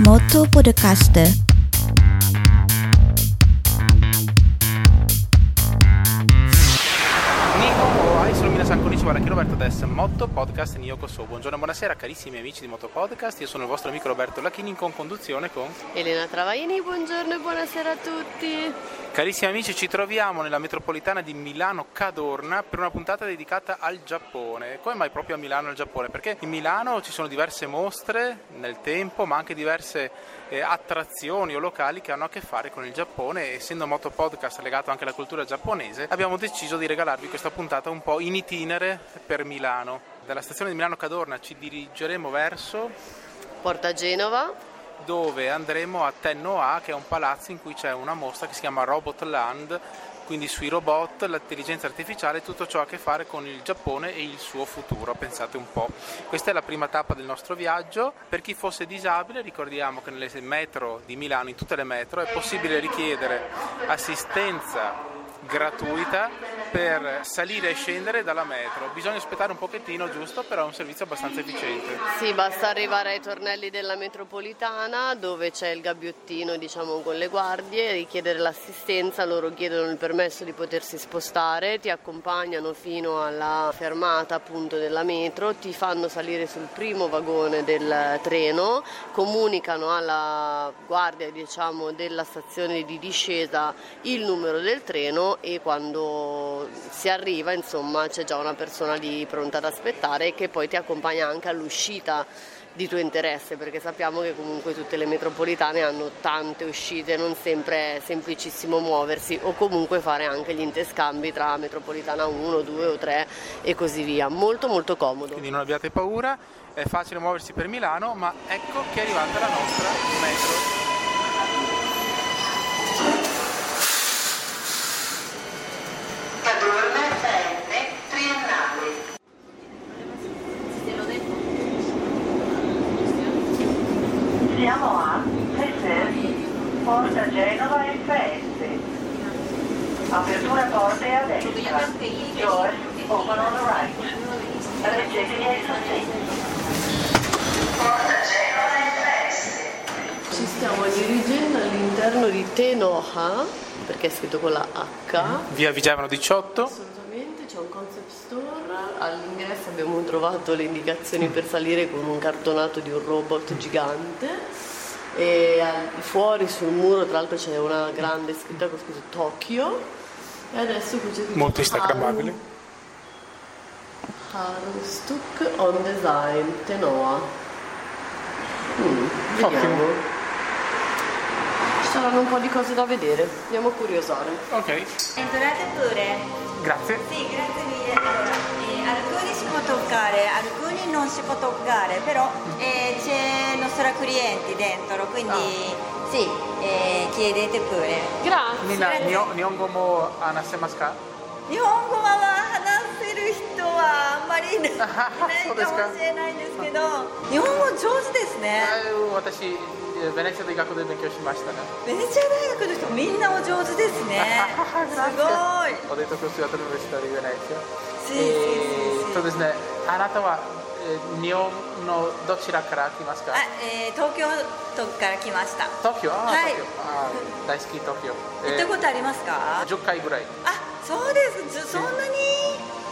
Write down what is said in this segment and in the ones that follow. Moto Podcaster. Nico, hai solo Minasan Konichi, guarda che Roberto Dess, Motto Podcast Niyoko So. Buongiorno e buonasera carissimi amici di Motto Podcast, io sono il vostro amico Roberto Lachini in conduzione con... Elena Travaini, buongiorno e buonasera a tutti. Carissimi amici, ci troviamo nella metropolitana di Milano Cadorna per una puntata dedicata al Giappone. Come mai proprio a Milano e al Giappone? Perché in Milano ci sono diverse mostre nel tempo, ma anche diverse eh, attrazioni o locali che hanno a che fare con il Giappone. Essendo Moto Podcast legato anche alla cultura giapponese, abbiamo deciso di regalarvi questa puntata un po' in itinere per Milano. Dalla stazione di Milano Cadorna ci dirigeremo verso Porta Genova, dove andremo a Tenno A, che è un palazzo in cui c'è una mostra che si chiama Robot Land, quindi sui robot, l'intelligenza artificiale e tutto ciò a che fare con il Giappone e il suo futuro, pensate un po'. Questa è la prima tappa del nostro viaggio. Per chi fosse disabile, ricordiamo che nelle metro di Milano, in tutte le metro, è possibile richiedere assistenza gratuita per salire e scendere dalla metro. Bisogna aspettare un pochettino, giusto, però è un servizio abbastanza efficiente. sì, basta arrivare ai tornelli della metropolitana dove c'è il gabbiottino diciamo con le guardie, richiedere l'assistenza, loro chiedono il permesso di potersi spostare, ti accompagnano fino alla fermata appunto della metro, ti fanno salire sul primo vagone del treno, comunicano alla guardia diciamo della stazione di discesa il numero del treno e quando si arriva insomma c'è già una persona lì pronta ad aspettare che poi ti accompagna anche all'uscita di tuo interesse perché sappiamo che comunque tutte le metropolitane hanno tante uscite, non sempre è semplicissimo muoversi o comunque fare anche gli interscambi tra metropolitana 1, 2 o 3 e così via, molto molto comodo. Quindi non abbiate paura, è facile muoversi per Milano, ma ecco che è arrivata la nostra metro. Cadorna FM triennale. Siamo a Reservi, Porta Genova FS. Apertura porte a destra. Doors open on the right. Reggetevi ai sostegni. Porta Genova FS. Ci stiamo dirigendo all'interno di Tenoha perché è scritto con la H. Via Vigevano 18, Assolutamente, c'è un concept store, all'ingresso abbiamo trovato le indicazioni per salire con un cartonato di un robot gigante e al- fuori sul muro tra l'altro c'è una grande scritta con scritto Tokyo e adesso qui c'è scritto molto instagrammabile. Harustuk on Design Tenoa. Mm, vediamo. Ci saranno un po' di cose da vedere, andiamo a curiosare. Ok, Bentornate pure. grazie. Sì, grazie mille. Allora, eh, alcuni si può toccare, alcuni non si può toccare, però eh, c'è il nostro cliente dentro, quindi sì, eh, chiedete pure. Ah, Grazie! Nina, Nihon- Nihongo mo anasemasuka? 日本語は話せる人はあんまりい ないいないそうですかかもしれないんですけど、日本語上手ですね。えー私、ベネチア大学で勉強しましたね。。ベネチア大学の人みんなお上手です ねす Ho ごい。detto che ho studiato all'Università di Venezia. sì, E- sì, sì. So desu ne, anata wa eh, Nihon no dochira kara kimasu ka? あ、えー東京都から来ました。 Tokyo, ah, はい。 Tokyo. Ah, 大好き Tokyo. 行ったこ Eh, とありますか？ 10回ぐらい。あ、そうです。ずそんなに。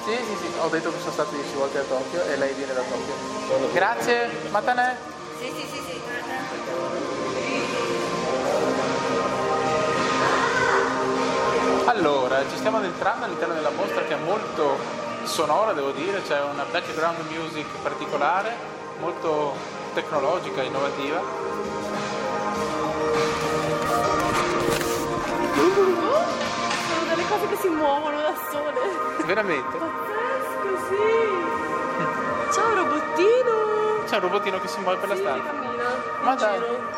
Sì, sì, sì, ho detto che sono stato 10 volte a Tokyo e lei viene da Tokyo. Grazie, Matane. しししし Allora, ci stiamo addentrando all'interno della mostra che è molto sonora, devo dire, c'è una background music particolare, molto tecnologica, innovativa. Sono delle cose che si muovono da sole. Veramente. Pazzesco, sì. Ciao robottino. C'è un robotino che si muove per la Sì, stanza. cammina. Ma in dai. giro.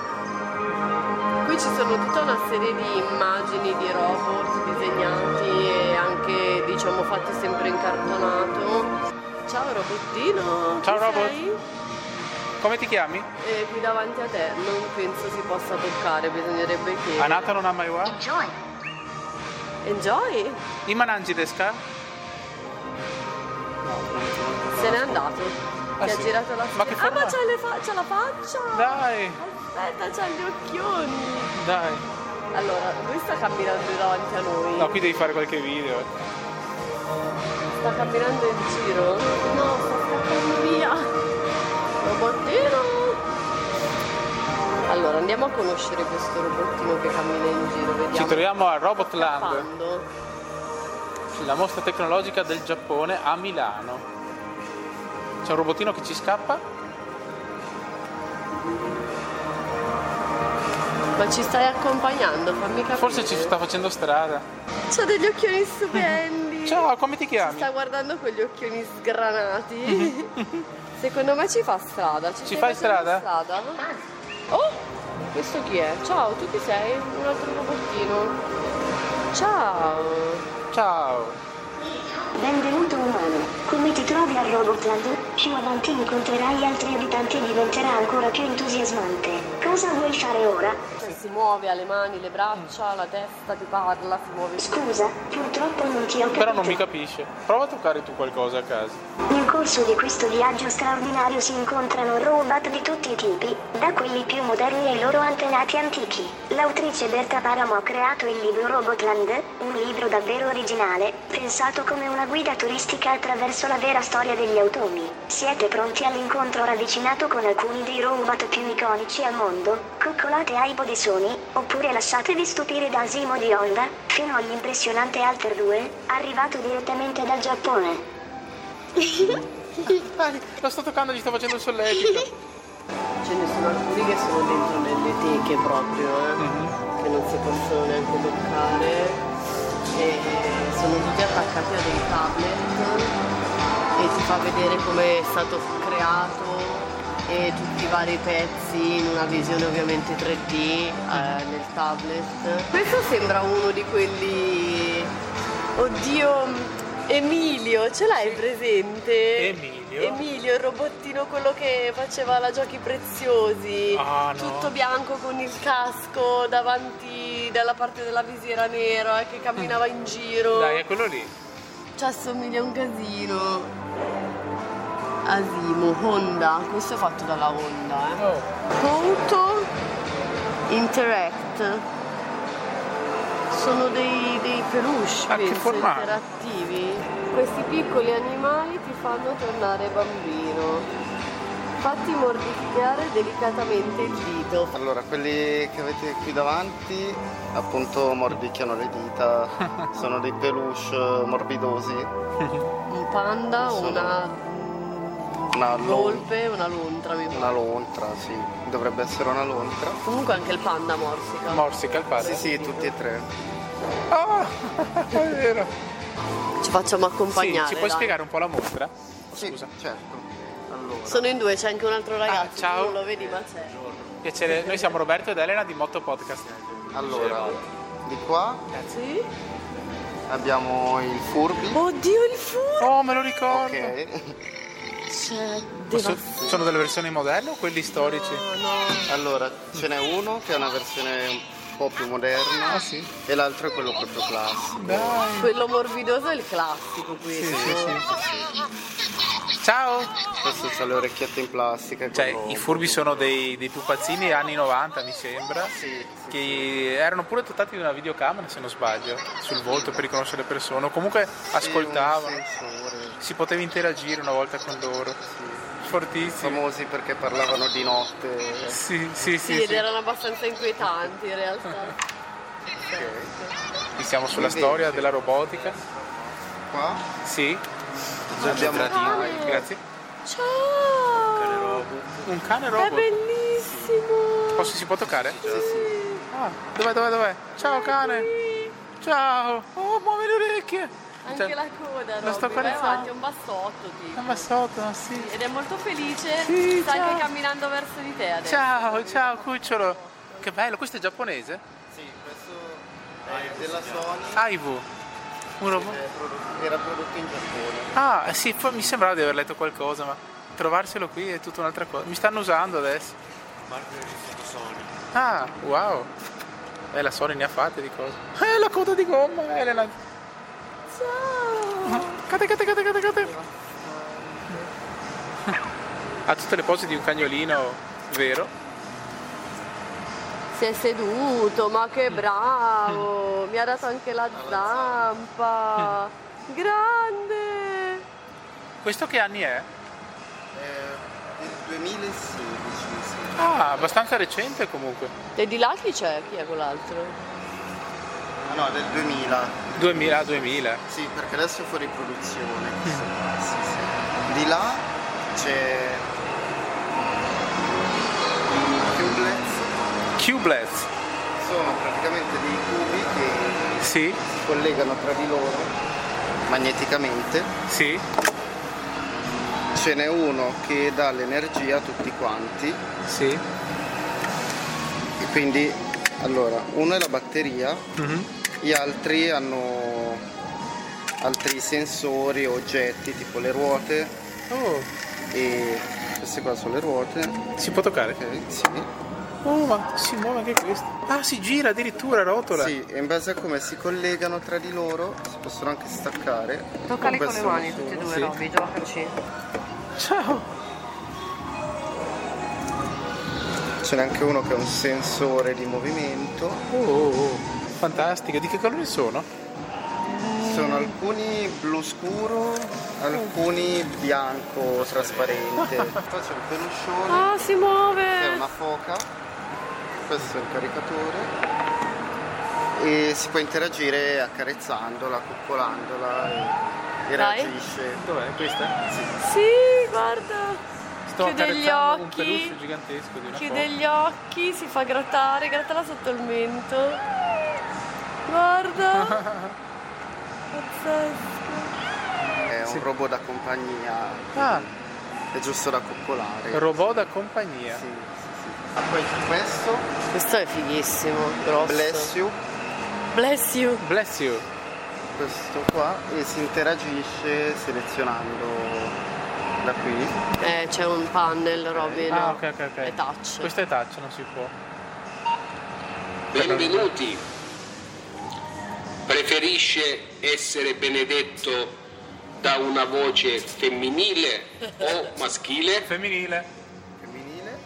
Qui ci sono tutta una serie di immagini di robot disegnati e anche diciamo fatti sempre in cartonato. Ciao robottino. Ciao, chi robot. sei? Come ti chiami? E qui davanti a te non penso si possa toccare, bisognerebbe che... Anata non ha mai wa? Enjoy! Ima nanji desu ka? Se n'è andato. Ah, Ti ha sì? girato la Ma che Ah, ma forma- c'è, le fa- c'è la faccia! Dai! Al aspetta, c'ha gli occhioni. Dai. Allora, lui sta camminando davanti a noi. No, qui devi fare qualche video. eh. Sta camminando in giro? No, sta scappando via! Robottino! Allora andiamo a conoscere questo robottino che cammina in giro, vediamo. Ci troviamo a Robotland, Scappando. la mostra tecnologica del Giappone a Milano. C'è un robottino che ci scappa? Ma ci stai accompagnando, fammi capire. Forse ci sta facendo strada. C'ha degli occhioni stupendi! Ciao, come ti Ci chiami? Sta guardando con gli occhioni sgranati. Secondo me ci fa strada. Ci, Ci stai fai strada? facendo strada? Oh, questo chi è? Ciao, tu chi sei? Un altro robottino. Ciao. Ciao. Benvenuto umano, come ti trovi a Robotland? Più avanti incontrerai altri abitanti e diventerà ancora più entusiasmante. Cosa vuoi fare ora? Cioè, Si muove, ha le mani, le braccia, la testa ti parla, si muove. Scusa, purtroppo non ti ho capito. Però non mi capisce. Prova a toccare tu qualcosa a casa. Nel corso di questo viaggio straordinario si incontrano robot di tutti i tipi, da quelli più moderni ai loro antenati antichi. L'autrice Berta Paramo ha creato il libro Robotland, un libro davvero originale, pensato come una guida turistica attraverso la vera storia degli automi. Siete pronti all'incontro ravvicinato con alcuni dei robot più iconici al mondo? Coccolate Aibo di Sony, oppure lasciatevi stupire da Asimo di Honda, fino all'impressionante Alter 2, arrivato direttamente dal Giappone. Dai, lo sto toccando, gli sto facendo il solletico. Ce ne sono alcuni che sono dentro nelle teche proprio, eh, che non si possono neanche toccare. E sono tutti attaccati a dei tablet e ti fa vedere come è stato creato e tutti i vari pezzi in una visione ovviamente 3D eh, nel tablet. Questo sembra uno di quelli. Oddio! Emilio, ce l'hai presente? Emilio? Emilio, il robottino quello che faceva la giochi preziosi, Ah, no. tutto bianco con il casco davanti dalla parte della visiera nera eh, che camminava in giro. Dai, è quello lì. Ci assomiglia un casino. Asimo, Honda, questo è fatto dalla Honda, eh. Oh. Conto Interact. Sono dei, dei peluche, Ah, che penso, formato. interattivi. Questi piccoli animali ti fanno tornare bambino. Fatti mordicchiare delicatamente il dito. Allora, quelli che avete qui davanti appunto mordicchiano le dita, sono dei peluche eh, morbidosi, Un panda, Sono- una, Una lon- volpe, una lontra, mi una pare. lontra, sì, dovrebbe essere una lontra. Comunque anche il panda morsica. Morsica al padre. Sì, sì, tutti e tre. Ah, è vero. Ci facciamo Sì, accompagnare. ci puoi dai. spiegare un po' la mostra? Scusa. Sì, certo. Allora, Sono in due, c'è anche un altro ragazzo. Ah, ciao. Non lo vedi, ma c'è. Piacere, noi siamo Roberto ed Elena di Motto Podcast. allora, di qua Eh, Sì? abbiamo il furbi. Oddio, il furbo! Oh, me lo ricordo. C'è Ok, Posso- devastante. sono delle versioni modello o quelli storici? allora ce n'è uno che è una versione un po' più moderna Ah, e l'altro è quello proprio classico. Dai. Quello morbidoso è il classico questo. Ciao. Questo ha le orecchiette in plastica. Cioè, con lo- i furbi sono dei, dei pupazzini anni 90, mi sembra. Sì, sì, Che erano pure dotati di una videocamera, se non sbaglio, sul volto per riconoscere le persone. O comunque ascoltavano. Sì, un sensore. Si poteva interagire una volta con loro. Fortissimo. famosi perché parlavano di notte. Sì, sì, Sì, sì. ed sì. erano abbastanza inquietanti in realtà. Qui siamo sulla Invece. storia della robotica. Qua Sì, Eh. abbiamo grazie. Ciao! Un cane È robot. bellissimo! Posso, si può toccare? Ah, dov'è, dov'è, dov'è? Ciao cane. Ciao. Oh, muove le orecchie. Anche Cioè, la coda, lo Robby, sto vai carezzando. avanti, è un bassotto tipo. Un bassotto, sì. Ed è molto felice, Sì, sta ciao. anche camminando verso di te adesso. Ciao, ciao cucciolo. Che bello, questo è giapponese? Sì, questo è della Sony Aivu. Un robot. è prodo- era prodotto in Giappone. Ah, sì, poi mi sembrava di aver letto qualcosa, ma trovarselo qui è tutta un'altra cosa. Mi stanno usando adesso. Ah, wow. Eh, la Sony ne ha fatte di cose. Eh, la coda di gomma, Elena. Ciao. Cate, cate, cate, cate, cate. Ha tutte le pose di un cagnolino vero. si è seduto, ma che bravo, mi ha dato anche la zampa, grande. Questo che anni è? Eh, del 2016 mi sembra. Ah, abbastanza recente comunque. E di là chi c'è? Chi è quell'altro? Ah, no, del 2000. 2000-2000. Sì, perché adesso è fuori produzione. Sì, sì. Di là c'è i cublets, Cubelets, sono praticamente dei cubi che sì, si collegano tra di loro magneticamente. sì, Ce n'è uno che dà l'energia a tutti quanti sì. e quindi allora uno è la batteria, Mhm. gli altri hanno altri sensori, oggetti tipo le ruote Oh, e queste qua sono le ruote, si può toccare? ok, sì. Oh, ma si muove anche questo. Ah, si gira addirittura, rotola. Sì, e in base a come si collegano tra di loro si possono anche staccare. Toccali Con con le questo mani non tutti e sono, due, sì. Robby, giocaci. Ciao. Ce n'è anche uno che è un sensore di movimento. Oh, oh, oh. fantastico. Di che colore sono? Sono alcuni blu scuro, alcuni bianco trasparente. Qua c'è il peluscione, Ah, si che è muove! una foca. Questo è il caricatore. E si può interagire accarezzandola, coccolandola e, e Dai. reagisce. Dov'è questa? Sì, guarda! Sto Chiude gli accarezzando occhi. un peluche gigantesco di una Chiude foca. gli occhi, si fa grattare, grattala sotto il mento. Guarda! Pazzesco! È un Sì. robot da compagnia, Ah, è giusto da coccolare. robot da compagnia. Sì, sì, sì. Ah, poi c'è questo, Questo è fighissimo, grosso. bless you, Bless you. Bless you. questo qua, e si interagisce selezionando da qui. Eh, c'è un panel, Robby, no? Ah, ok, ok, ok. È touch. Questo è touch, non si può. Benvenuti. Preferisce essere benedetto da una voce femminile o maschile? Femminile. Femminile.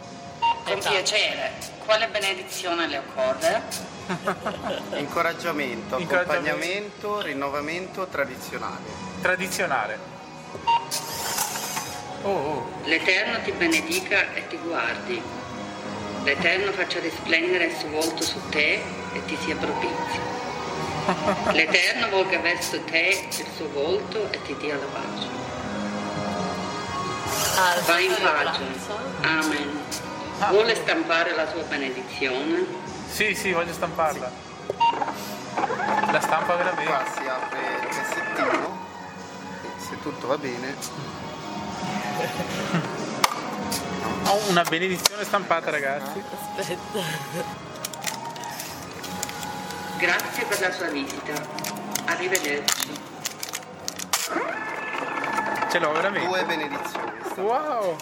Con piacere. Quale benedizione le occorre? Incoraggiamento, Incoraggiamento. accompagnamento, rinnovamento tradizionale. Tradizionale. Oh, oh. L'Eterno ti benedica e ti guardi. L'Eterno faccia risplendere il suo volto su te e ti sia propizio. L'Eterno volga verso te il suo volto e ti dia la pace. Ah, Va in questo è la pace. pranzo. Amen. Vuole stampare la sua benedizione? Sì, sì, voglio stamparla. La stampa Qua veramente. si apre il cassettino e se tutto va bene Ho una benedizione stampata, ragazzi. Aspetta. Grazie per la sua visita. Arrivederci. Ce l'ho veramente. due benedizioni, sta- Wow.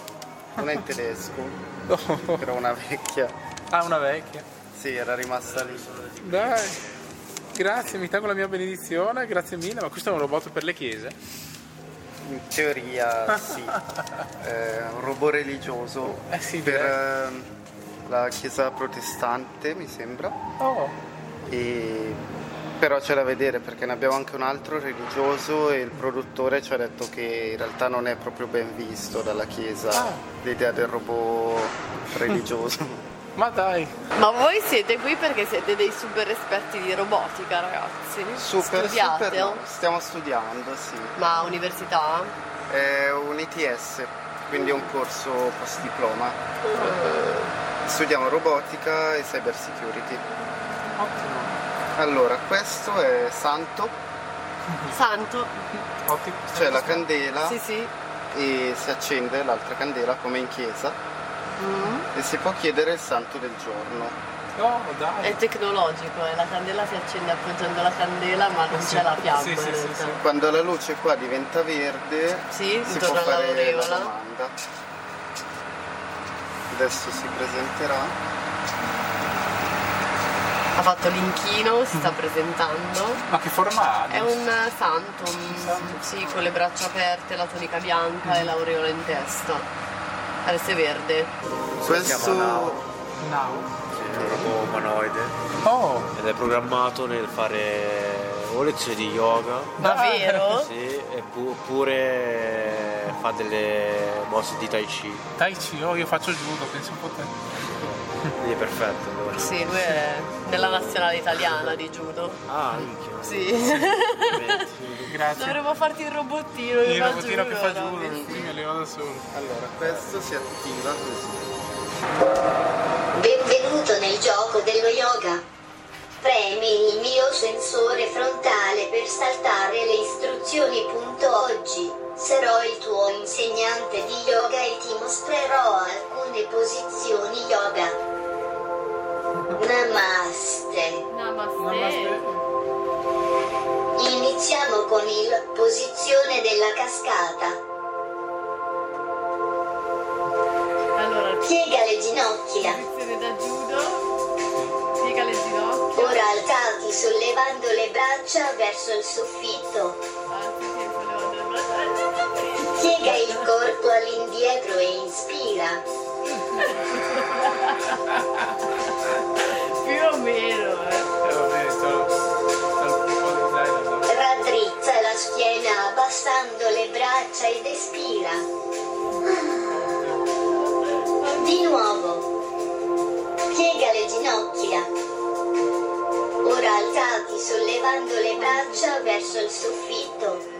una in tedesco, Oh, oh. però una vecchia, Ah, una vecchia. sì era rimasta lì. Dai. Grazie, mi tengo la mia benedizione, grazie mille, ma questo è un robot per le chiese. In teoria sì, è un robot religioso Eh sì, per direi. ehm, la chiesa protestante mi sembra, Oh, e- però c'è da vedere perché ne abbiamo anche un altro religioso e il produttore ci ha detto che in realtà non è proprio ben visto dalla chiesa Ah. l'idea del robot religioso. ma dai, Ma voi siete qui perché siete dei super esperti di robotica, ragazzi. super, Studiate. super, no, stiamo studiando, sì. Ma università? È un ITS, quindi è un corso post diploma. Studiamo robotica e cyber security. ottimo, Allora, questo è santo, Santo? ottimo. Cioè, c'è la candela Sì, sì. e si accende l'altra candela come in chiesa e si può chiedere il santo del giorno. Oh, dai. È tecnologico, eh, la candela si accende appoggiando la candela ma non c'è la fiamma. Sì, sì, in sì, realtà. sì. Quando la luce qua diventa verde Sì, si può intorno fare la all'aureola. domanda. Adesso si presenterà. Ha fatto l'inchino, si sta Mm. presentando. Ma che forma ha? È un eh, phantom, sì, con le braccia aperte, la tunica bianca Mm. e l'aureola in testa. Adesso è verde. Questo Now. è un robot umanoide Oh, ed è programmato nel fare o lezioni di yoga Davvero? Ah, sì, e pu- oppure fa delle mosse di tai chi Tai Chi, oh, io faccio judo, penso un po' te. quindi è perfetto allora. Sì, lui è della nazionale italiana di judo. ah minchia Sì. Grazie. Dovremmo farti il robottino che Ah, il fa robotino che giù, fa no? giù, il figlio le va da solo. Allora, questo si attiva così. Benvenuto nel gioco dello yoga. Premi il mio sensore frontale per saltare le istruzioni. Oggi sarò il tuo insegnante di yoga e ti mostrerò alcune posizioni yoga. Namaste. Namaste. Iniziamo con il posizione della cascata. Allora, Piega le ginocchia. posizione da judo. Piega le ginocchia. Ora alzati sollevando le braccia verso il soffitto. Alzati e sollevando le braccia. Piega il corpo all'indietro e inspira. Più o meno, eh. Eh, va bene, sto, sto un po' di slide. Raddrizza la schiena abbassando le braccia ed espira. Di nuovo. Piega le ginocchia. Ora alzati sollevando le braccia verso il soffitto.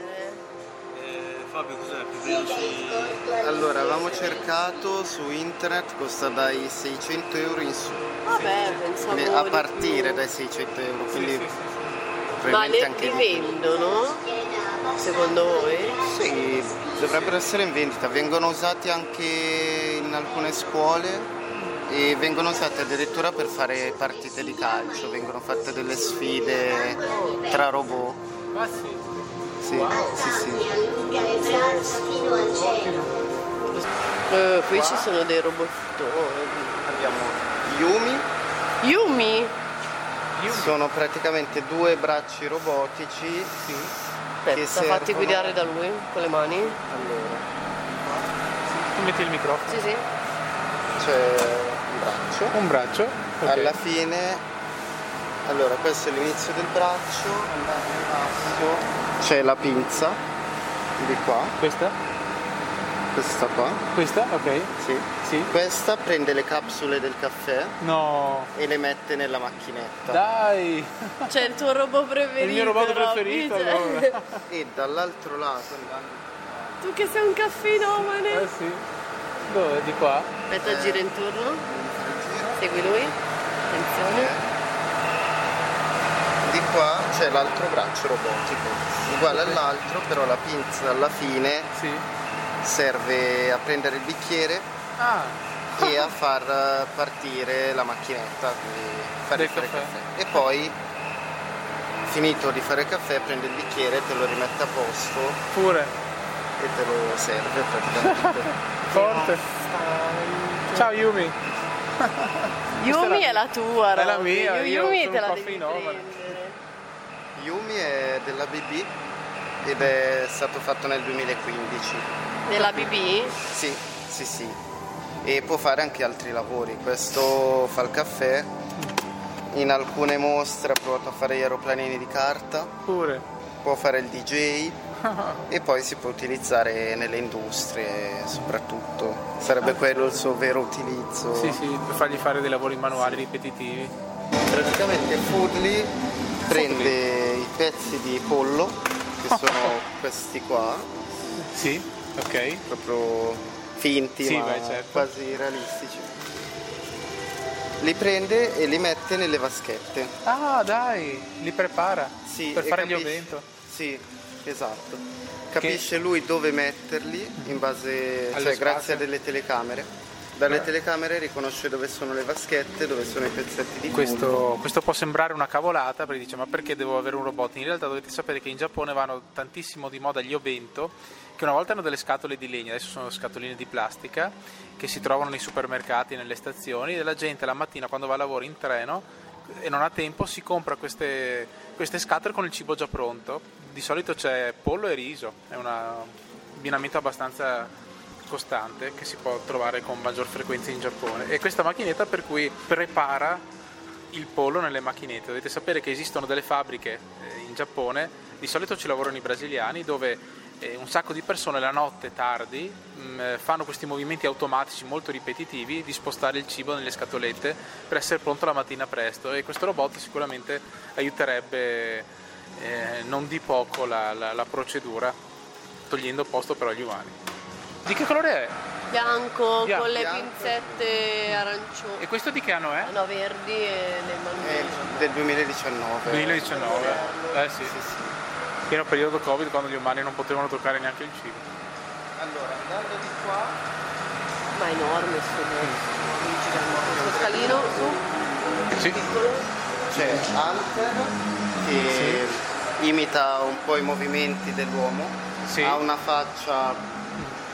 Eh, Fabio cos'è? più o meno Piega il si corpo all'indietro. Allora, avevamo cercato su internet, costa dai 600 euro in su, Vabbè, pensavo quindi a di partire più. dai 600 euro, quindi Ma probabilmente le, anche li di più. vendono? Secondo voi? Sì, dovrebbero essere in vendita, vengono usati anche in alcune scuole e vengono usati addirittura per fare partite di calcio, vengono fatte delle sfide tra robot. Ah sì. Sì, sì, Alzati, sì. allunga le braccia fino al cielo. Eh, qui ci sono dei robottoni. Abbiamo Yumi, Yumi? sono praticamente due bracci robotici. Che Aspetta, servono? fatti guidare da lui con le mani. Allora, Tu metti il microfono. Sì, sì. c'è cioè un braccio. Un braccio. ok. Alla fine, allora questo è l'inizio del braccio, andando in basso c'è la pinza di qua, Questa? questa qua, Questa? Ok. sì. Sì. Questa prende le capsule del caffè No. e le mette nella macchinetta. Dai. C'è Cioè, il tuo robot preferito. Il mio robot Robby, preferito cioè, allora. E dall'altro lato andando Tu che sei un Eh caffinomane. sì. Dove? Di qua? Aspetta, Eh. gira intorno. in giro, Segui lui. Eh. Attenzione. di qua c'è l'altro braccio robotico, uguale all'altro, però la pinza alla fine Sì. serve a prendere il bicchiere Ah. e a far eh, partire la macchinetta, quindi fare Del fare il caffè. caffè. E poi, finito di fare il caffè, prende il bicchiere, te lo rimette a posto Pure. e te lo serve praticamente. Forte. Ciao Yumi. Yumi è la tua, è la Robby. mia, io Yumi sono te la un devi caffinomane. prendere. Yumi è della BB ed è stato fatto nel 2015. Della BB? Sì, sì, sì. E può fare anche altri lavori. Questo fa il caffè. In alcune mostre ha provato a fare gli aeroplanini di carta. Pure. può fare il DJ e poi si può utilizzare nelle industrie soprattutto. Sarebbe quello il suo vero utilizzo. Ah. Sì, sì, per fargli fare dei lavori manuali ripetitivi. Praticamente Foodly prende i pezzi di pollo, che sono questi qua, Sì, ok. proprio finti Sì, ma beh, certo. quasi realistici. Li prende e li mette nelle vaschette. Ah, dai, li prepara Sì, per e fare gli capisci- ovento. Sì, esatto. Capisce lui dove metterli in base, Allo cioè spazio. grazie a delle telecamere. Dalle telecamere riconosce dove sono le vaschette, dove sono i pezzetti di pollo. Questo, questo può sembrare una cavolata perché dice ma perché devo avere un robot? In realtà dovete sapere che in Giappone vanno tantissimo di moda gli obento che una volta erano delle scatole di legno, adesso sono scatoline di plastica che si trovano nei supermercati, nelle stazioni e la gente la mattina quando va a lavoro in treno e non ha tempo si compra queste, queste scatole con il cibo già pronto. Di solito c'è pollo e riso, è una- un abbinamento abbastanza costante che si può trovare con maggior frequenza in Giappone. E questa macchinetta per cui prepara il pollo nelle macchinette. Dovete sapere che esistono delle fabbriche eh, in Giappone, di solito ci lavorano i brasiliani, dove eh, un sacco di persone la notte tardi mh, fanno questi movimenti automatici molto ripetitivi di spostare il cibo nelle scatolette per essere pronto la mattina presto e questo robot sicuramente aiuterebbe eh, non di poco la, la- la procedura, togliendo posto però agli umani. Di che colore è? Bianco, Bianco. con le Bianco. pinzette arancioni. E questo di che anno è? No, verdi e dei bambini. Del 2019. 2019. Eh sì. Pieno periodo Covid quando gli umani non potevano toccare neanche il cibo. Allora, andando di qua... Ma è enorme sto posto. Lo scalino su. Sì. C'è Hunter che imita un po' i movimenti dell'uomo, ha una faccia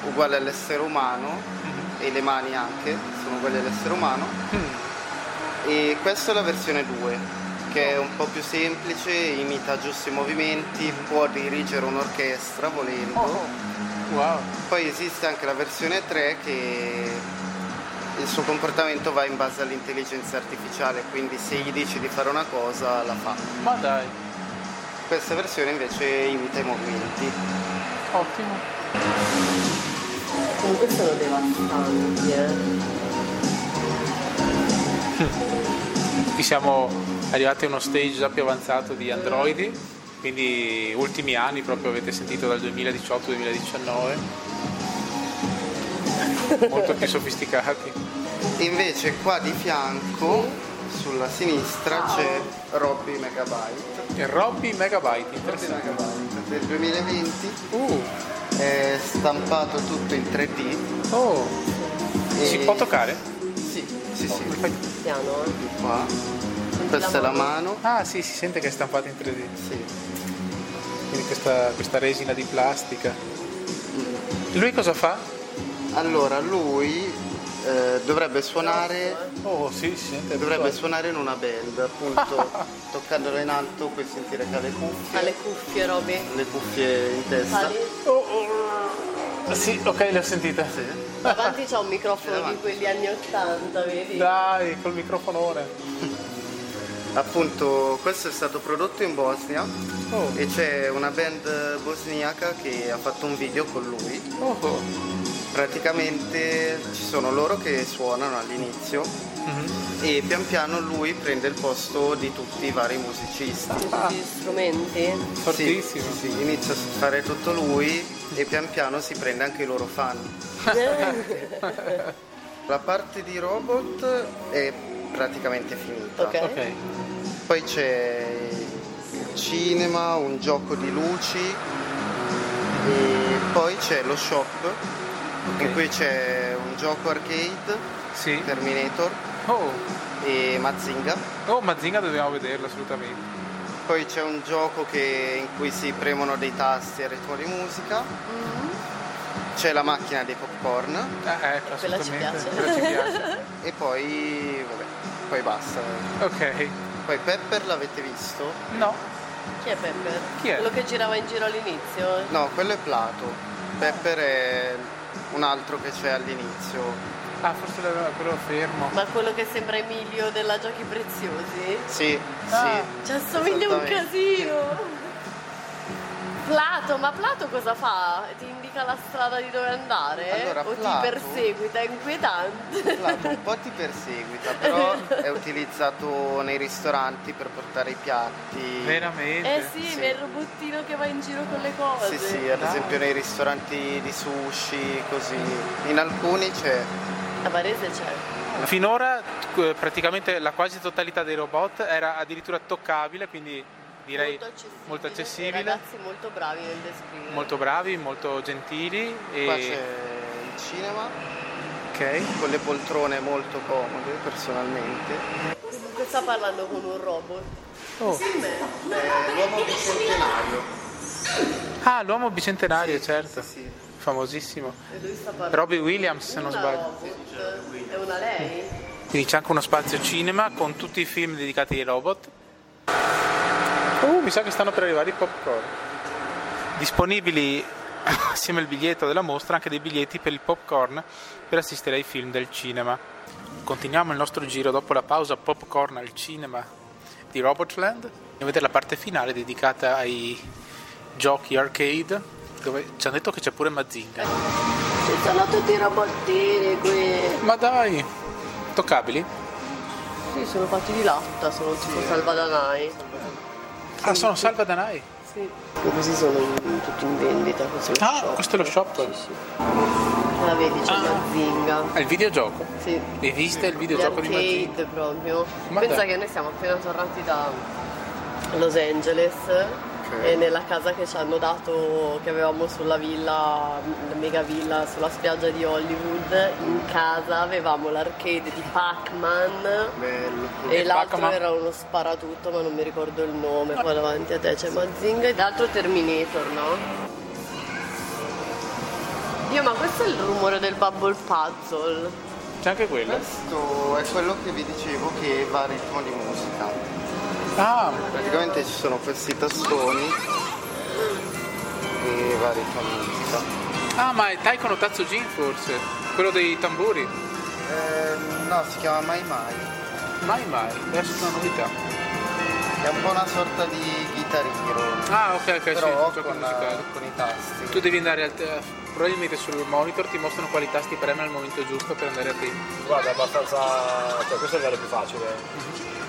uguale all'essere umano e le mani anche sono uguali all'essere umano. E questa è la versione 2 che è un po' più semplice, imita giusto i movimenti, può dirigere un'orchestra volendo. Oh. Poi esiste anche la versione 3 che il suo comportamento va in base all'intelligenza artificiale, quindi se gli dici di fare una cosa la fa. Ma dai. Questa versione invece imita i movimenti. Ottimo. Comunque sono devastanti, eh. Qui siamo arrivati a uno stage già più avanzato di androidi, quindi ultimi anni proprio avete sentito dal 2018-2019. Molto più sofisticati. Invece qua di fianco, sulla sinistra, c'è Robby Megabyte. E Robby Megabyte, interessante. Del 2020 Uh. è stampato tutto in 3D. Oh! Si può toccare? Sì, Eh. sì, sì. Oh. Piano, eh. Qua. Questa è la mano. Ah sì, si sente che è stampata in 3D. Sì. Quindi questa, questa resina di plastica. Lui cosa fa? Allora, lui eh, dovrebbe suonare. Oh, sì, si sente. Dovrebbe suonare in una band, appunto, toccandola in alto puoi sentire che ha le cuffie, Ha le cuffie, Roby. le cuffie in testa. Sali. Oh, Sì, ok, l'ho sentita. Davanti c'è un microfono di quelli anni 80, vedi? Dai, col microfonone. Appunto, questo è stato prodotto in Bosnia Oh. e c'è una band bosniaca che ha fatto un video con lui. oh, Praticamente ci sono loro che suonano all'inizio e pian piano lui prende il posto di tutti i vari musicisti. Gli strumenti. Fortissimo. Sì, sì, inizia a fare tutto lui e pian piano si prende anche i loro fan. La parte di robot è praticamente finita. Ok. Ok. Poi c'è il cinema, un gioco di luci e poi c'è lo shop in cui c'è un gioco arcade, Terminator Oh, e Mazinga. oh Mazinga dobbiamo vederlo assolutamente. Poi c'è un gioco che- in cui si premono dei tasti e ritmo di musica. C'è la macchina dei popcorn. Eh, eh, Quella ci assolutamente. piace. quella ci piace. E poi, vabbè, poi basta. Ok. Poi Pepper l'avete visto? No. Chi è Pepper? Chi è? Quello che girava in giro all'inizio. No, quello è Plato. Pepper è un altro che c'è all'inizio. Ah, forse l'aveva quello fermo. Ma quello che sembra Emilio della Giochi Preziosi? Sì, Ah, sì. Ci assomiglia un Esattamente. casino. Plato, ma Plato cosa fa? Ti indica la strada di dove andare? Allora, o Plato- ti perseguita? È inquietante. Plato un po' ti perseguita, però è utilizzato nei ristoranti per portare i piatti. Veramente? Eh sì, è il robottino che va in giro con le cose. Sì, sì, ad esempio nei ristoranti di sushi, così. In alcuni c'è. A Varese c'è. Finora eh, praticamente la quasi totalità dei robot era addirittura toccabile, quindi direi Molto accessibile. molto Dei accessibile, Ragazzi molto bravi nel descrivere. molto bravi, molto gentili e Qua c'è il cinema ok. con le poltrone molto comode personalmente. Comunque sta parlando con un robot. Sì, beh. È l'uomo bicentenario. Ah, l'uomo bicentenario, certo. Famosissimo. E lui sta parlando. Robbie Williams, se non Una sbaglio. robot. È una lei? Quindi c'è anche uno spazio cinema con tutti i film dedicati ai robot. Uh, mi sa che stanno per arrivare i popcorn. Disponibili assieme al biglietto della mostra, anche dei biglietti per il popcorn per assistere ai film del cinema. Continuiamo il nostro giro dopo la pausa popcorn al cinema di Robotland. Andiamo a vedere la parte finale dedicata ai giochi arcade, dove ci hanno detto che c'è pure Mazinga. Ci sono tutti i robottini qui. Ma dai, toccabili? Sì, sono fatti di latta, sono tipo salvadanai. Ah, sono salvadanai? Sì. Così sono in- tutti in vendita. Questo è lo Ah, shop. questo è lo shop? La vedi, c'è Ah. Mazinga. È il videogioco? Sì. Hai visto il Gli videogioco di Mazinga? arcade proprio. Ma Pensa dai. che noi siamo appena tornati da Los Angeles e nella casa che ci hanno dato, che avevamo sulla villa, la mega villa sulla spiaggia di Hollywood, in casa avevamo l'arcade di Pac-Man. Bello. E l'altro era uno sparatutto ma non mi ricordo il nome, poi davanti a te c'è Mazinga e l'altro Terminator, no? Dio ma questo è il rumore del bubble puzzle. C'è anche quello? Questo è quello che vi dicevo che va a ritmo di musica. Ah! Praticamente ci sono questi tastoni e va a ritmo di musica. Ah, ma è Taiko no Tatsujin forse? Quello dei tamburi? Eh, no, si chiama Mai Mai. Mai mai, adesso una novità. È un po' una sorta di Guitar Hero. Ah, ok, ok, sì, Però gioco con, eh, musicale. con i tasti. Tu devi andare al... te- probabilmente sul monitor ti mostrano quali tasti premere al momento giusto per andare a prima. Guarda, è abbastanza. cioè, questo è il livello più facile.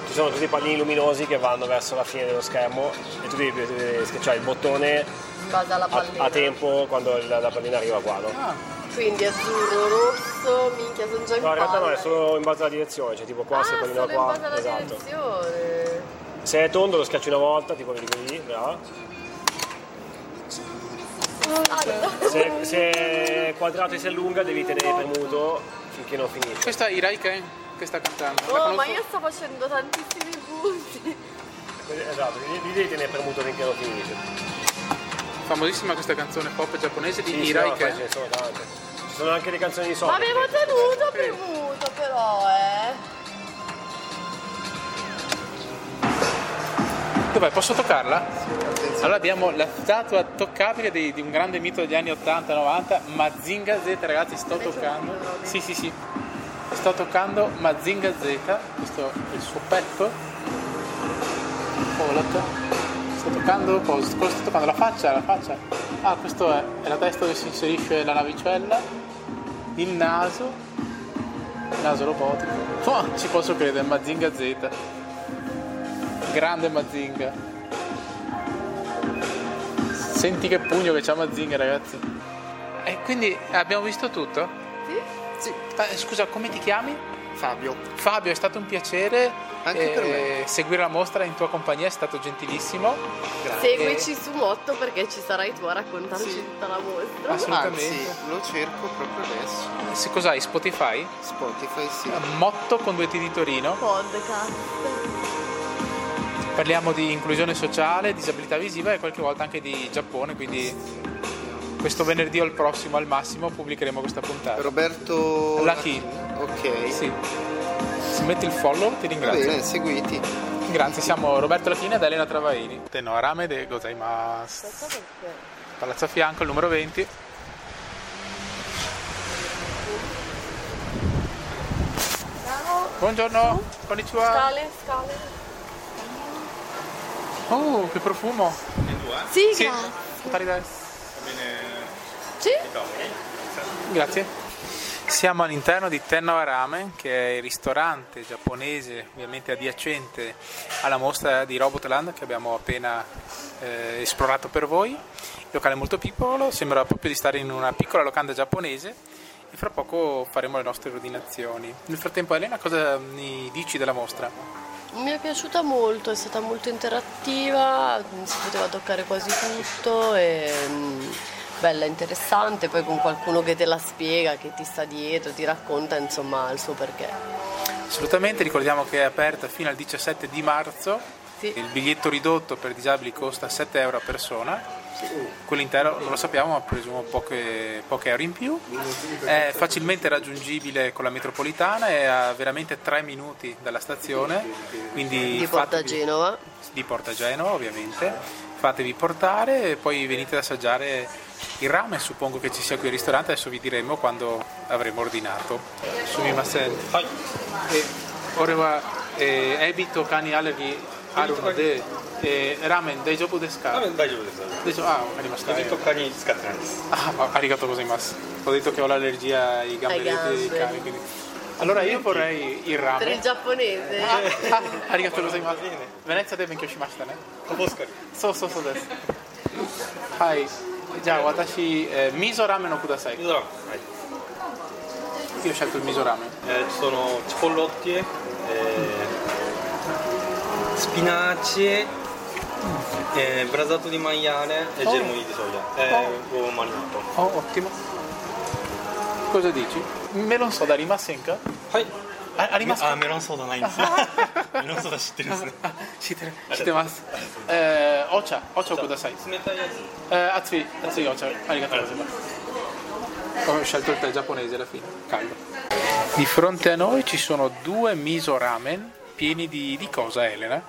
Ci sono tutti i pallini luminosi che vanno verso la fine dello schermo e tu devi, devi schiacciare il bottone In base alla a, pallina. a tempo quando il- la pallina arriva qua, no? Ah, Quindi azzurro, rosso, minchia, sono già in No, in realtà no, palla. è solo in base alla direzione, cioè tipo qua ah, se solo pallina in qua. base alla Esatto. direzione. Se è tondo lo schiacci una volta, tipo vedi così, brava. Se, se è quadrato e si allunga devi tenere premuto finché non finisce. Questa è Irai Ken che sta cantando. La Oh, ma conosco? io sto facendo tantissimi punti. Esatto, li, li devi tenere premuto finché non finisce. Famosissima questa canzone pop giapponese di eh. Sì, sì, Irai no, Ken. poi ce ne sono tante. Ci sono anche le canzoni di Ma Sonic. avevo tenuto premuto però, eh. Dov'è? Posso toccarla? Allora abbiamo la statua toccabile di, di un grande mito degli anni 80-90, Mazinga Z, ragazzi, sto toccando. Sì, sì, sì. Sto toccando Mazinga Z, questo è il suo petto. Polata. Sto toccando, cosa sto cosa sto toccando? La faccia, la faccia. Ah, questo è, è la testa dove si inserisce la navicella, il naso, il naso robotico. Oh, ci posso credere, Mazinga Z. Grande Mazinga. Senti che pugno che c'ha Mazinga, ragazzi. E quindi abbiamo visto tutto? Sì. Eh, scusa, come ti chiami? Fabio. Fabio, è stato un piacere Anche per me. seguire la mostra in tua compagnia, è stato gentilissimo. Seguici su Motto perché ci sarai tu a raccontarci tutta la mostra. Assolutamente. Anzi, lo cerco proprio adesso. Eh, se- Cos'hai? Spotify? Spotify, sì. Motto con due T di Torino. Podcast. Parliamo di inclusione sociale, disabilità visiva e qualche volta anche di Giappone, quindi questo venerdì o il prossimo al massimo pubblicheremo questa puntata. Roberto Lati. Ok. Sì. Se metti il follow ti Va ringrazio. bene, seguiti. Grazie, siamo Roberto Lachina ed Elena Travaini. Te no, Rame de gozaimasu. Palazzo a fianco, il numero 20. Buongiorno, konnichiwa. Scale, scale. Oh, che profumo. Sì, Sì. grazie. Totali dai. Sì? Grazie. Siamo all'interno di Tenno Ramen, che è il ristorante giapponese, ovviamente adiacente alla mostra di Robotland che abbiamo appena eh, esplorato per voi. Il locale è molto piccolo, sembra proprio di stare in una piccola locanda giapponese e fra poco faremo le nostre ordinazioni. Nel frattempo Elena, cosa mm, mi dici della mostra? Mi è piaciuta molto, è stata molto interattiva, si poteva toccare quasi tutto, e, mm, bella, interessante, poi con qualcuno che te la spiega, che ti sta dietro, ti racconta insomma il suo perché. Assolutamente, ricordiamo che è aperta fino al 17 di marzo. Sì. Il biglietto ridotto per disabili costa 7 euro a persona. Quello intero non lo sappiamo, ma presumo poche, poche euro in più. È facilmente raggiungibile con la metropolitana, è a veramente 3 minuti dalla stazione. Quindi Di Porta fatevi- Genova. di Porta Genova ovviamente. Fatevi portare e poi venite ad assaggiare Il ramen suppongo che ci sia qui al ristorante, adesso vi diremo quando avremo ordinato. Sumimasen. E ora va eh, ebito cani allerghi aruno de eh, ramen daijoubu desu ka? 大丈夫です。 Desu- ah, ho rimasto. 首と蚊に使ってないです。 Ah, ma- arigato gozaimasu. Ho detto che ho l'allergia ai gamberetti dei gamberi. cani, quindi- Allora io vorrei il Per il ramen. giapponese. Arigato gozaimasu. Venezia de benkyou shimashita ne. So so so desu. Hai. Già, watashi eh, miso ramen o kudasai. Miso ramen. Io ho scelto il miso ramen. Eh, えー、そのチポロッティエ、えー、スピナーチエ、eh, えー、ブラザートリマイヤーね、えー、ジェルもいいでしょうじゃん。えー、ゴーマリナと。 Oh, ottimo. Cosa dici? Melon soda rimasenka? Hai. A- arimasu? あ、メロンソーダ ないんですね。メロンソーダ知ってるんですね。知ってる。知ってます。えー、お茶、お茶をください。冷たいやつ。 Eh, azzurri, azzurri, ho- cioè, arigato Ho scelto il tè giapponese alla fine, caldo. Di fronte a noi ci sono due miso ramen pieni di, di cosa, Elena?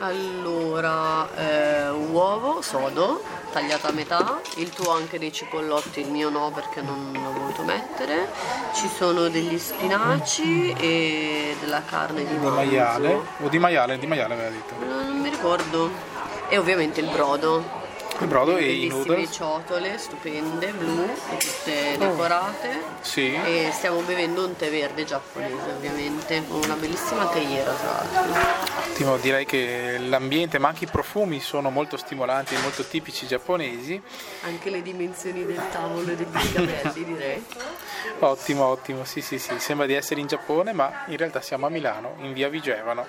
Allora, eh, uovo, sodo, tagliato a metà, il tuo anche dei cipollotti, il mio no perché non l'ho voluto mettere, ci sono degli spinaci e della carne di Di manzo. maiale? O di maiale, di maiale aveva detto. No, Non mi ricordo. E ovviamente il brodo. Il brodo e i Bellissime noodles. ciotole, stupende, blu, tutte decorate. Sì. E stiamo bevendo un tè verde giapponese ovviamente, con una bellissima teiera tra l'altro. Ottimo, direi che l'ambiente, ma anche i profumi sono molto stimolanti e molto tipici giapponesi. Anche le dimensioni del tavolo e dei capelli direi. Ottimo, ottimo, sì, sì, sì. Sembra di essere in Giappone, ma in realtà siamo a Milano, in via Vigevano.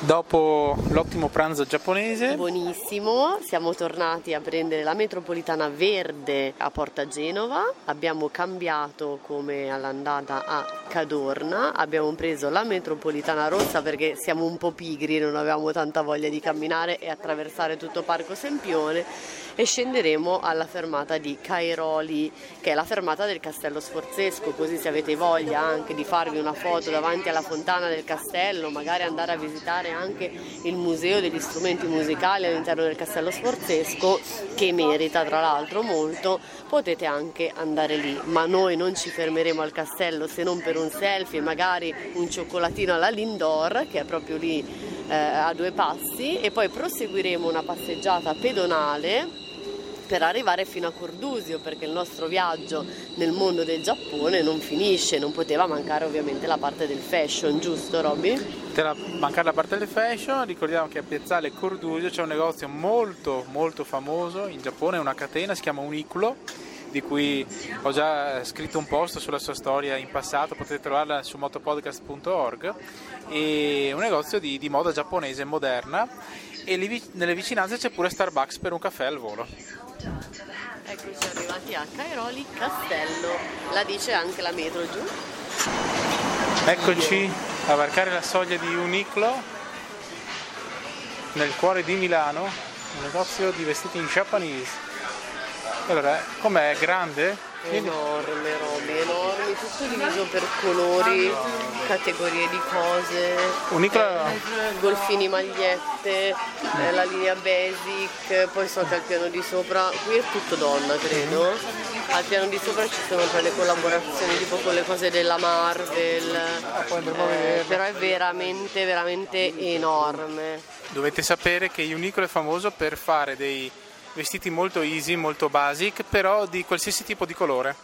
Dopo l'ottimo pranzo giapponese, Buonissimo, siamo tornati a prendere la metropolitana verde a Porta Genova, abbiamo cambiato come all'andata a Cadorna, abbiamo preso la metropolitana rossa perché siamo un po' pigri, non avevamo tanta voglia di camminare e attraversare tutto Parco Sempione e scenderemo alla fermata di Cairoli che è la fermata del Castello Sforzesco, così se avete voglia anche di farvi una foto davanti alla fontana del castello, magari andare a visitare anche il museo degli strumenti musicali all'interno del Castello Sforzesco, che merita tra l'altro molto, potete anche andare lì. Ma noi non ci fermeremo al castello se non per un selfie, magari un cioccolatino alla Lindor, che è proprio lì eh, a due passi, e poi proseguiremo una passeggiata pedonale per arrivare fino a Cordusio, perché il nostro viaggio nel mondo del Giappone non finisce, non poteva mancare ovviamente la parte del fashion, giusto Robby? Per la- mancare la parte del fashion, ricordiamo che a Piazzale Cordusio c'è un negozio molto molto famoso in Giappone, una catena, si chiama Uniculo, di cui ho già eh, scritto un post sulla sua storia in passato, potete trovarla su motopodcast.org, e è un negozio di, di moda giapponese moderna e lì vi- nelle vicinanze c'è pure Starbucks per un caffè al volo. Eccoci arrivati a Cairoli Castello, la dice anche la metro giù. Eccoci a varcare la soglia di Uniqlo nel cuore di Milano, un negozio di vestiti in Japanese. Allora, com'è? Grande? Enorme robe, enormi, tutto diviso per colori, categorie di cose. Unicola- Eh, Golfini magliette, eh, la linea basic, eh, poi so che al piano di sopra, qui è tutto donna credo. Al piano di sopra ci sono tra le collaborazioni tipo con le cose della Marvel, eh, però è veramente, veramente enorme. Dovete sapere che Uniqlo è famoso per fare dei vestiti molto easy, molto basic, però di qualsiasi tipo di colore.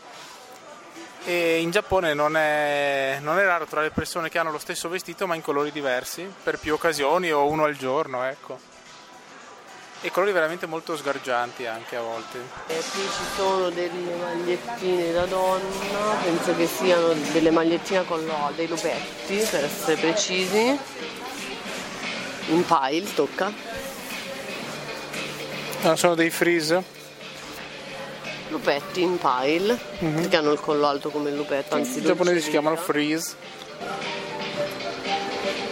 E in Giappone non è, non è raro trovare persone che hanno lo stesso vestito ma in colori diversi, per più occasioni o uno al giorno, ecco. E colori veramente molto sgargianti anche a volte. E qui ci sono delle magliettine da donna, penso che siano delle magliettine con lo- dei lupetti per essere precisi. Un pile tocca. Ah, sono dei freeze? Lupetti in pile, Mhm. perché hanno il collo alto come il lupetto, anzi I dolce giapponesi si vita. chiamano freeze.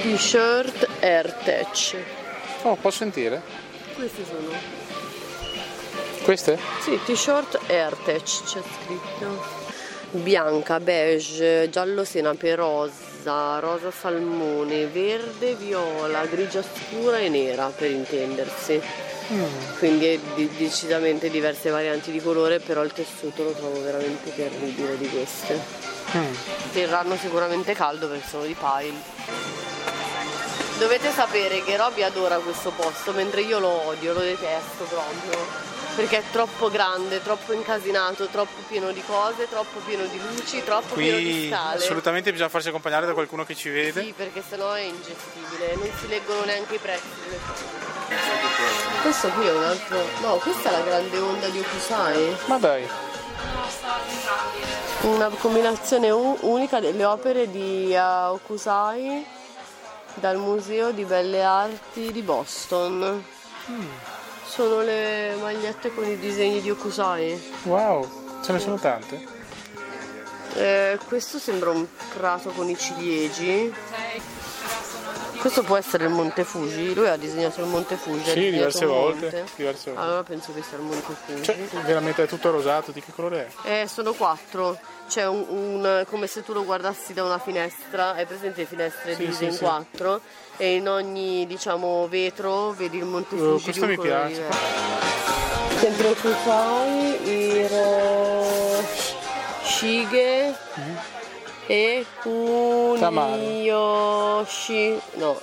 T-shirt Airtech. Oh, posso sentire? Questi sono. Queste? Sì, t-shirt Airtech c'è scritto. Bianca, beige, giallo senape rosa, rosa salmone, verde, viola, grigia scura e nera per intendersi. quindi di- decisamente diverse varianti di colore, però il tessuto lo trovo veramente terribile di queste. Mm. Terranno sicuramente caldo perché sono di pile. Dovete sapere che Roby adora questo posto, mentre io lo odio, lo detesto proprio. Perché è troppo grande, troppo incasinato, troppo pieno di cose, troppo pieno di luci, troppo pieno di Qui sale. assolutamente bisogna farsi accompagnare da qualcuno che ci vede. Sì, perché sennò è ingestibile, non si leggono neanche i prezzi delle cose. Questo qui è un altro. No, questa è la grande onda di Okusai. Ma dai. Una combinazione u- unica delle opere di eh, Okusai dal Museo di Belle Arti di Boston. Mm. Sono le magliette con i disegni di Okusai. Wow, ce ne sono tante. Eh, questo sembra un prato con i ciliegi. Questo può essere il Monte Fuji. Lui ha disegnato il Monte Fuji. ha Sì, disegnato diverse un volte, monte. diverse volte. Allora penso che sia il Monte Fuji. Cioè, veramente è tutto rosato, di che colore è? Eh, sono quattro. C'è un, un- come se tu lo guardassi da una finestra, hai presente le finestre Sì, divise sì, in sì. quattro e in ogni diciamo vetro vedi il Monte Oh, Fuji. questo di un mi colore piace. diverso. Sempre Kufai, Iro Shige Mm-hmm. e Kuniyoshi. No,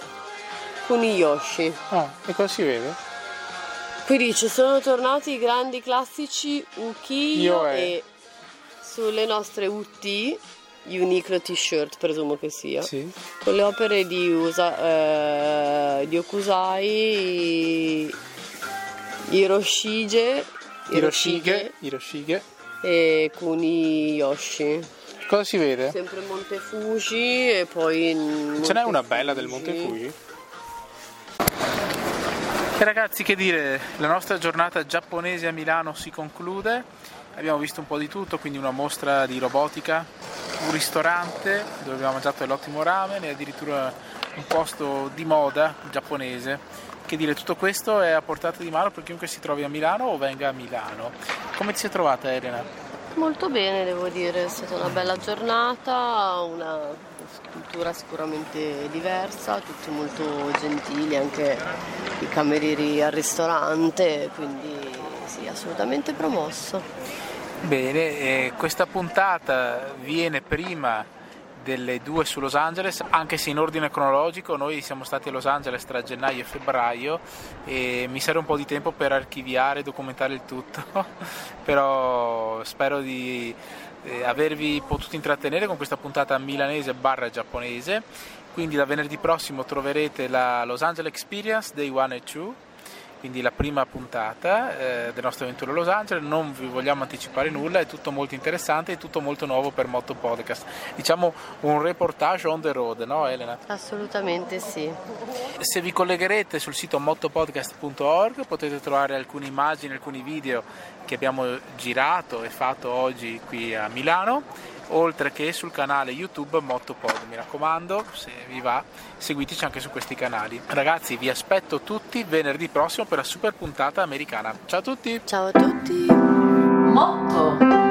Kuniyoshi. Ah, e cosa si vede? Qui dice sono tornati i grandi classici Ukiyo Ioe. e sulle nostre UT Uniqlo t-shirt presumo che sia con le opere di, Usa- eh, di Okusai Hiroshige Hiroshige, Hiroshige. e Kuniyoshi Cosa si vede? sempre Monte Fuji e poi Monte Ce n'è una bella del Monte Fuji. Fuji? E ragazzi, che dire, la nostra giornata giapponese a Milano si conclude. Abbiamo visto un po' di tutto, quindi una mostra di robotica, un ristorante dove abbiamo mangiato dell'ottimo ramen e addirittura un posto di moda giapponese. Che dire, tutto questo è a portata di mano per chiunque si trovi a Milano o venga a Milano. Come ti sei trovata Elena? Molto bene, devo dire, è stata una bella giornata, una cultura sicuramente diversa, tutti molto gentili, anche i camerieri al ristorante, quindi sì, assolutamente promosso. Bene, eh, questa puntata viene prima delle due su Los Angeles, anche se in ordine cronologico noi siamo stati a Los Angeles tra gennaio e febbraio e mi serve un po' di tempo per archiviare e documentare il tutto, però spero di eh, avervi potuto intrattenere con questa puntata milanese barra giapponese, quindi da venerdì prossimo troverete la Los Angeles Experience Day 1 e 2 quindi la prima puntata eh, del nostro avventura a Los Angeles, non vi vogliamo anticipare nulla, è tutto molto interessante e tutto molto nuovo per Motto Podcast. Diciamo un reportage on the road, no Elena? Assolutamente sì. Se vi collegherete sul sito mottopodcast.org potete trovare alcune immagini, alcuni video che abbiamo girato e fatto oggi qui a Milano, oltre che sul canale YouTube Mottopod. Mi raccomando, se vi va, seguiteci anche su questi canali. Ragazzi, vi aspetto tutti venerdì prossimo per la super puntata americana. Ciao a tutti! Ciao a tutti! Motto